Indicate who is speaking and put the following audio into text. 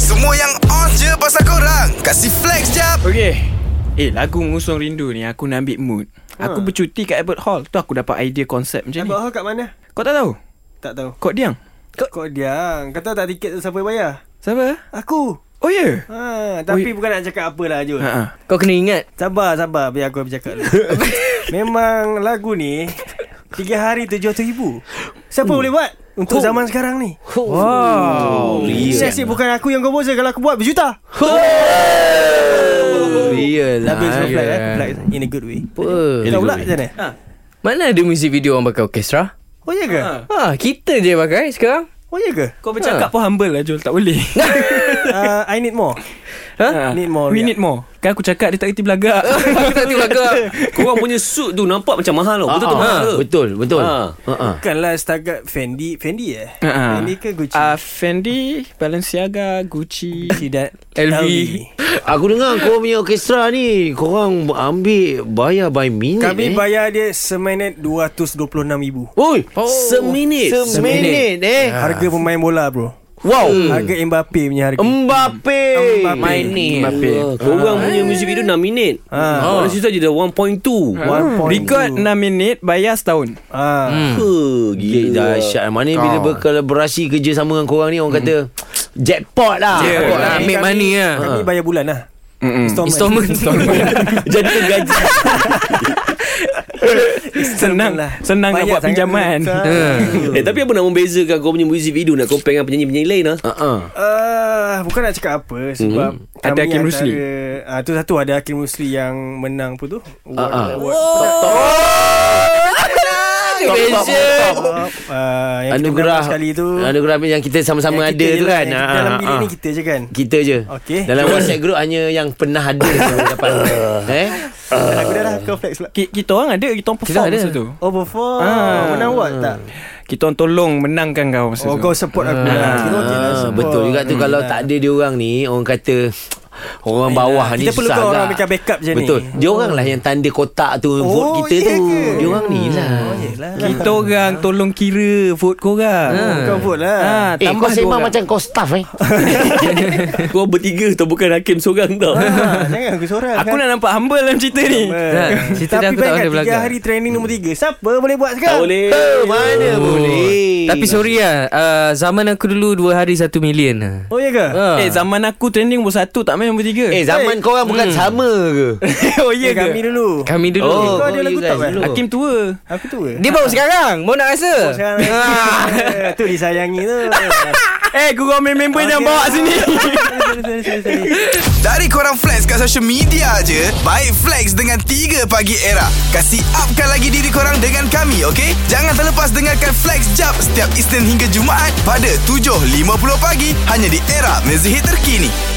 Speaker 1: Semua yang on je pasal korang Kasih flex jap
Speaker 2: Okay Eh lagu Mengusung Rindu ni Aku nak ambil mood ha. Aku bercuti kat Albert Hall Tu aku dapat idea konsep macam ni
Speaker 3: Abang Hall kat mana?
Speaker 2: Kau tak tahu?
Speaker 3: Tak tahu.
Speaker 2: Kod Diang
Speaker 3: Kau, Kau diam. Kau tahu tak tiket tu siapa yang bayar?
Speaker 2: Siapa?
Speaker 3: Aku.
Speaker 2: Oh ya
Speaker 3: Ha, tapi bukan nak cakap apa lah Jun.
Speaker 2: yeah. ha.
Speaker 4: Kau kena ingat
Speaker 3: Sabar, sabar. Biar aku bercakap dulu. Memang lagu ni, tiga hari tujuh ratus ribu. Siapa boleh buat? Untuk zaman sekarang ni.
Speaker 2: Wow
Speaker 3: Saya sih bukan aku yang komposer. Kalau aku buat berjuta.
Speaker 4: Real
Speaker 3: Tapi aku flag, aku flag. eh. In a good way. Ah. Kau pula macam mana?
Speaker 4: Mana ada music video orang pakai orkestra
Speaker 3: Oh ya ke?
Speaker 4: Ha, kita je pakai sekarang
Speaker 3: Oh ya ke?
Speaker 2: Kau bercakap ha. pun humble lah Jul Tak boleh
Speaker 3: Uh, I need more.
Speaker 2: ha?
Speaker 3: Need more,
Speaker 2: We
Speaker 3: Ria.
Speaker 2: need more Kan aku cakap dia tak kerti belagak
Speaker 4: Tak tiba kau
Speaker 5: Korang punya suit tu nampak macam mahal tau.
Speaker 6: Ah,
Speaker 5: Betul tu mahal
Speaker 6: ah,
Speaker 5: ke?
Speaker 6: Betul betul.
Speaker 5: Ha.
Speaker 6: Ha ah.
Speaker 3: Bukanlah setakat Fendi. Fendi eh?
Speaker 2: Ha.
Speaker 3: Fendi ke Gucci?
Speaker 2: uh, Fendi Balenciaga Gucci
Speaker 3: Tidak.
Speaker 4: LV.
Speaker 6: Aku dengar kau punya orkestra ni korang ambil bayar by minute.
Speaker 3: Kami
Speaker 6: eh.
Speaker 3: bayar dia seminit RM226,000.
Speaker 6: Oi,
Speaker 4: Oh.
Speaker 6: seminit.
Speaker 4: Seminit.
Speaker 6: Seminit eh.
Speaker 3: Harga pemain bola bro. Hmm.
Speaker 6: Wow. Hmm.
Speaker 3: Harga Mbappe punya harga.
Speaker 6: Mbappe.
Speaker 3: Mbappe.
Speaker 6: Main ni.
Speaker 2: Mbappe.
Speaker 5: Ah, Korang punya music video 6 minit.
Speaker 3: Ah.
Speaker 5: Orang sisa je dah 1.2.
Speaker 4: Ah.
Speaker 3: One point
Speaker 2: Record
Speaker 3: two.
Speaker 2: 6 minit Bayar setahun
Speaker 3: Ah.
Speaker 5: Ke?
Speaker 6: Gila dahsyat Mana bila berkolaborasi kerja sama dengan korang ni Orang kata Jackpot lah
Speaker 4: Jackpot lah.
Speaker 3: Kami-
Speaker 4: Make
Speaker 3: kami-
Speaker 4: money lah.
Speaker 3: Kami bayar bulan lah.
Speaker 2: Hmm,
Speaker 3: Installment.
Speaker 4: Installment
Speaker 6: Jadi gaji
Speaker 2: Senang
Speaker 3: lah.
Speaker 2: Senang nak
Speaker 3: Banyak
Speaker 2: buat
Speaker 3: sangat
Speaker 2: pinjaman
Speaker 3: tu.
Speaker 5: Eh tapi apa nak membezakan kau punya music video nak compare dengan penyanyi-penyanyi lain ah?
Speaker 6: uh-uh.
Speaker 3: Ah, bukan nak cakap apa sebab mm-hmm.
Speaker 2: Ada Hakim Rusli.
Speaker 3: Ah tu satu ada Hakim Rusli yang menang pun tu.
Speaker 6: ah.
Speaker 4: Beza
Speaker 3: Ah, yang
Speaker 6: Anugerah
Speaker 3: kita berangkat sekali tu.
Speaker 6: Anugerah yang kita sama-sama
Speaker 3: yang
Speaker 6: ada
Speaker 3: kita
Speaker 6: tu
Speaker 3: je- lah,
Speaker 6: kan
Speaker 3: yang
Speaker 6: Ah,
Speaker 3: Dalam
Speaker 6: ah,
Speaker 3: bilik
Speaker 6: ah.
Speaker 3: ni kita je kan.
Speaker 6: kita je
Speaker 3: Okey.
Speaker 6: Dalam WhatsApp group Hanya yang pernah ada tu Dapat Eh
Speaker 3: Dah Aku dah lah kau flex lah.
Speaker 2: Ki- Kita orang ada Kita orang perform
Speaker 4: ada.
Speaker 2: masa tu
Speaker 3: Oh perform.
Speaker 2: Ah.
Speaker 3: Menang award tak?
Speaker 2: Kita orang tolong Menangkan kau masa
Speaker 3: Oh
Speaker 2: tu
Speaker 3: kau support aku lah. Kira okey lah
Speaker 6: Ah,
Speaker 3: support.
Speaker 6: Betul juga tu
Speaker 3: Hmm.
Speaker 6: Kalau
Speaker 3: Lah.
Speaker 6: tak ada dia orang ni Orang kata Orang
Speaker 3: Yelah,
Speaker 6: bawah ni
Speaker 3: kita
Speaker 6: susah
Speaker 3: perlukan orang
Speaker 6: agak.
Speaker 3: macam backup je ni.
Speaker 6: Betul Dia orang lah yang tanda kotak tu oh, Vote kita
Speaker 3: iya
Speaker 6: tu
Speaker 3: ke?
Speaker 6: Dia orang ni lah
Speaker 3: Oh, yelah.
Speaker 2: Kita orang tolong kira vote korang. Ha.
Speaker 3: Kau vote lah.
Speaker 2: Ha,
Speaker 6: Ah. Eh
Speaker 2: tambah
Speaker 6: kau
Speaker 2: dua
Speaker 6: sembang
Speaker 2: orang.
Speaker 6: macam kau staff eh
Speaker 5: Kau bertiga tau bukan hakim seorang tau.
Speaker 3: Ah, Jangan aku seorang
Speaker 2: Aku
Speaker 3: kan.
Speaker 2: nak nampak humble dalam cerita ni.
Speaker 3: Betul.
Speaker 4: Cerita
Speaker 3: Tapi
Speaker 4: dah aku tak
Speaker 3: bayangkan
Speaker 4: ada
Speaker 3: tiga
Speaker 4: belakang.
Speaker 3: hari training nombor tiga Siapa boleh buat
Speaker 5: Tak
Speaker 3: sekarang?
Speaker 5: boleh. Oh.
Speaker 6: Mana boleh
Speaker 4: Tapi
Speaker 5: ah.
Speaker 4: sorry lah uh, Zaman aku dulu 2 hari 1 million lah
Speaker 3: Oh ya ke?
Speaker 4: Ah.
Speaker 2: Eh zaman aku training pun satu tak main pun tiga.
Speaker 6: Eh zaman kau orang bukan sama ke
Speaker 2: oh
Speaker 6: Oh,
Speaker 3: Ya kami dulu
Speaker 4: Kami dulu
Speaker 3: Kau ada
Speaker 6: you
Speaker 3: lagu
Speaker 6: guys
Speaker 3: tak, Wan?
Speaker 6: dulu.
Speaker 2: Hakim tua.
Speaker 3: Aku tu ke?
Speaker 4: Oh. Dia baru sekarang Mau nak rasa Ah.
Speaker 3: Sekarang Eh, Tu disayangi tu
Speaker 2: Eh gurau main member yang
Speaker 3: Okay.
Speaker 2: bawa sini.
Speaker 3: Sorry, sorry, sorry, sorry.
Speaker 1: Dari korang flex kat social media je Baik flex dengan 3 pagi era Kasih upkan lagi diri korang dengan kami okay? Jangan terlepas dengarkan flex jap Setiap Isnin hingga Jumaat Pada 7.50 pagi Hanya di era mezihit terkini